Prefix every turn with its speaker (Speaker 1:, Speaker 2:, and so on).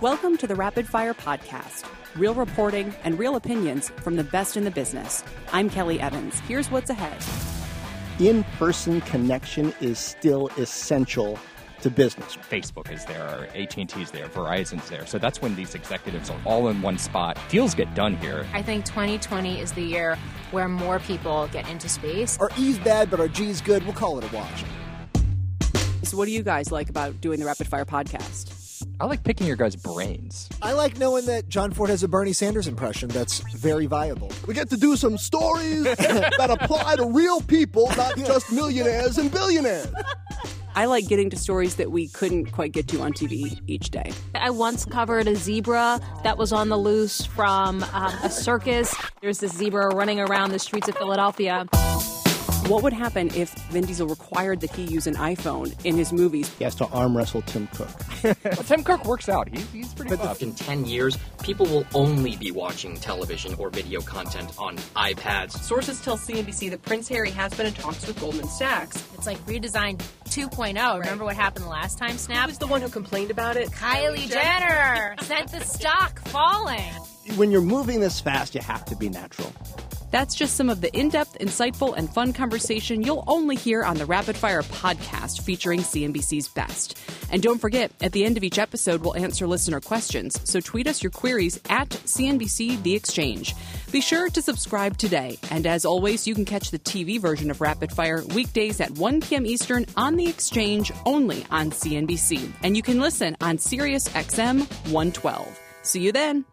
Speaker 1: Welcome to the Rapid Fire Podcast real reporting and real opinions from the best in the business. I'm Kelly Evans. Here's what's ahead.
Speaker 2: In person connection is still essential to business.
Speaker 3: Facebook is there, AT&T is there, Verizon's there. So that's when these executives are all in one spot. Deals get done here.
Speaker 4: I think 2020 is the year where more people get into space.
Speaker 2: Our E's bad, but our G's good. We'll call it a wash.
Speaker 1: So what do you guys like about doing the Rapid Fire podcast?
Speaker 3: I like picking your guys' brains.
Speaker 2: I like knowing that John Ford has a Bernie Sanders impression that's very viable.
Speaker 5: We get to do some stories that apply to real people, not just millionaires and billionaires.
Speaker 1: I like getting to stories that we couldn't quite get to on TV each day.
Speaker 6: I once covered a zebra that was on the loose from um, a circus. There's this zebra running around the streets of Philadelphia.
Speaker 1: What would happen if Vin Diesel required that he use an iPhone in his movies?
Speaker 2: He has to arm wrestle Tim Cook.
Speaker 3: Well, Tim Cook works out. He's, he's pretty
Speaker 7: But
Speaker 3: buff.
Speaker 7: in 10 years, people will only be watching television or video content on iPads.
Speaker 8: Sources tell CNBC that Prince Harry has been in talks with Goldman Sachs.
Speaker 4: It's like redesigned 2.0. Remember what happened last time,
Speaker 8: Who
Speaker 4: Snap?
Speaker 8: was the one who complained about it?
Speaker 4: Kylie Jenner sent the stock falling.
Speaker 2: When you're moving this fast, you have to be natural.
Speaker 1: That's just some of the in depth, insightful, and fun conversation you'll only hear on the Rapid Fire podcast featuring CNBC's best. And don't forget, at the end of each episode, we'll answer listener questions. So tweet us your queries at CNBC The Exchange. Be sure to subscribe today. And as always, you can catch the TV version of Rapid Fire weekdays at 1 p.m. Eastern on The Exchange only on CNBC. And you can listen on Sirius XM 112. See you then.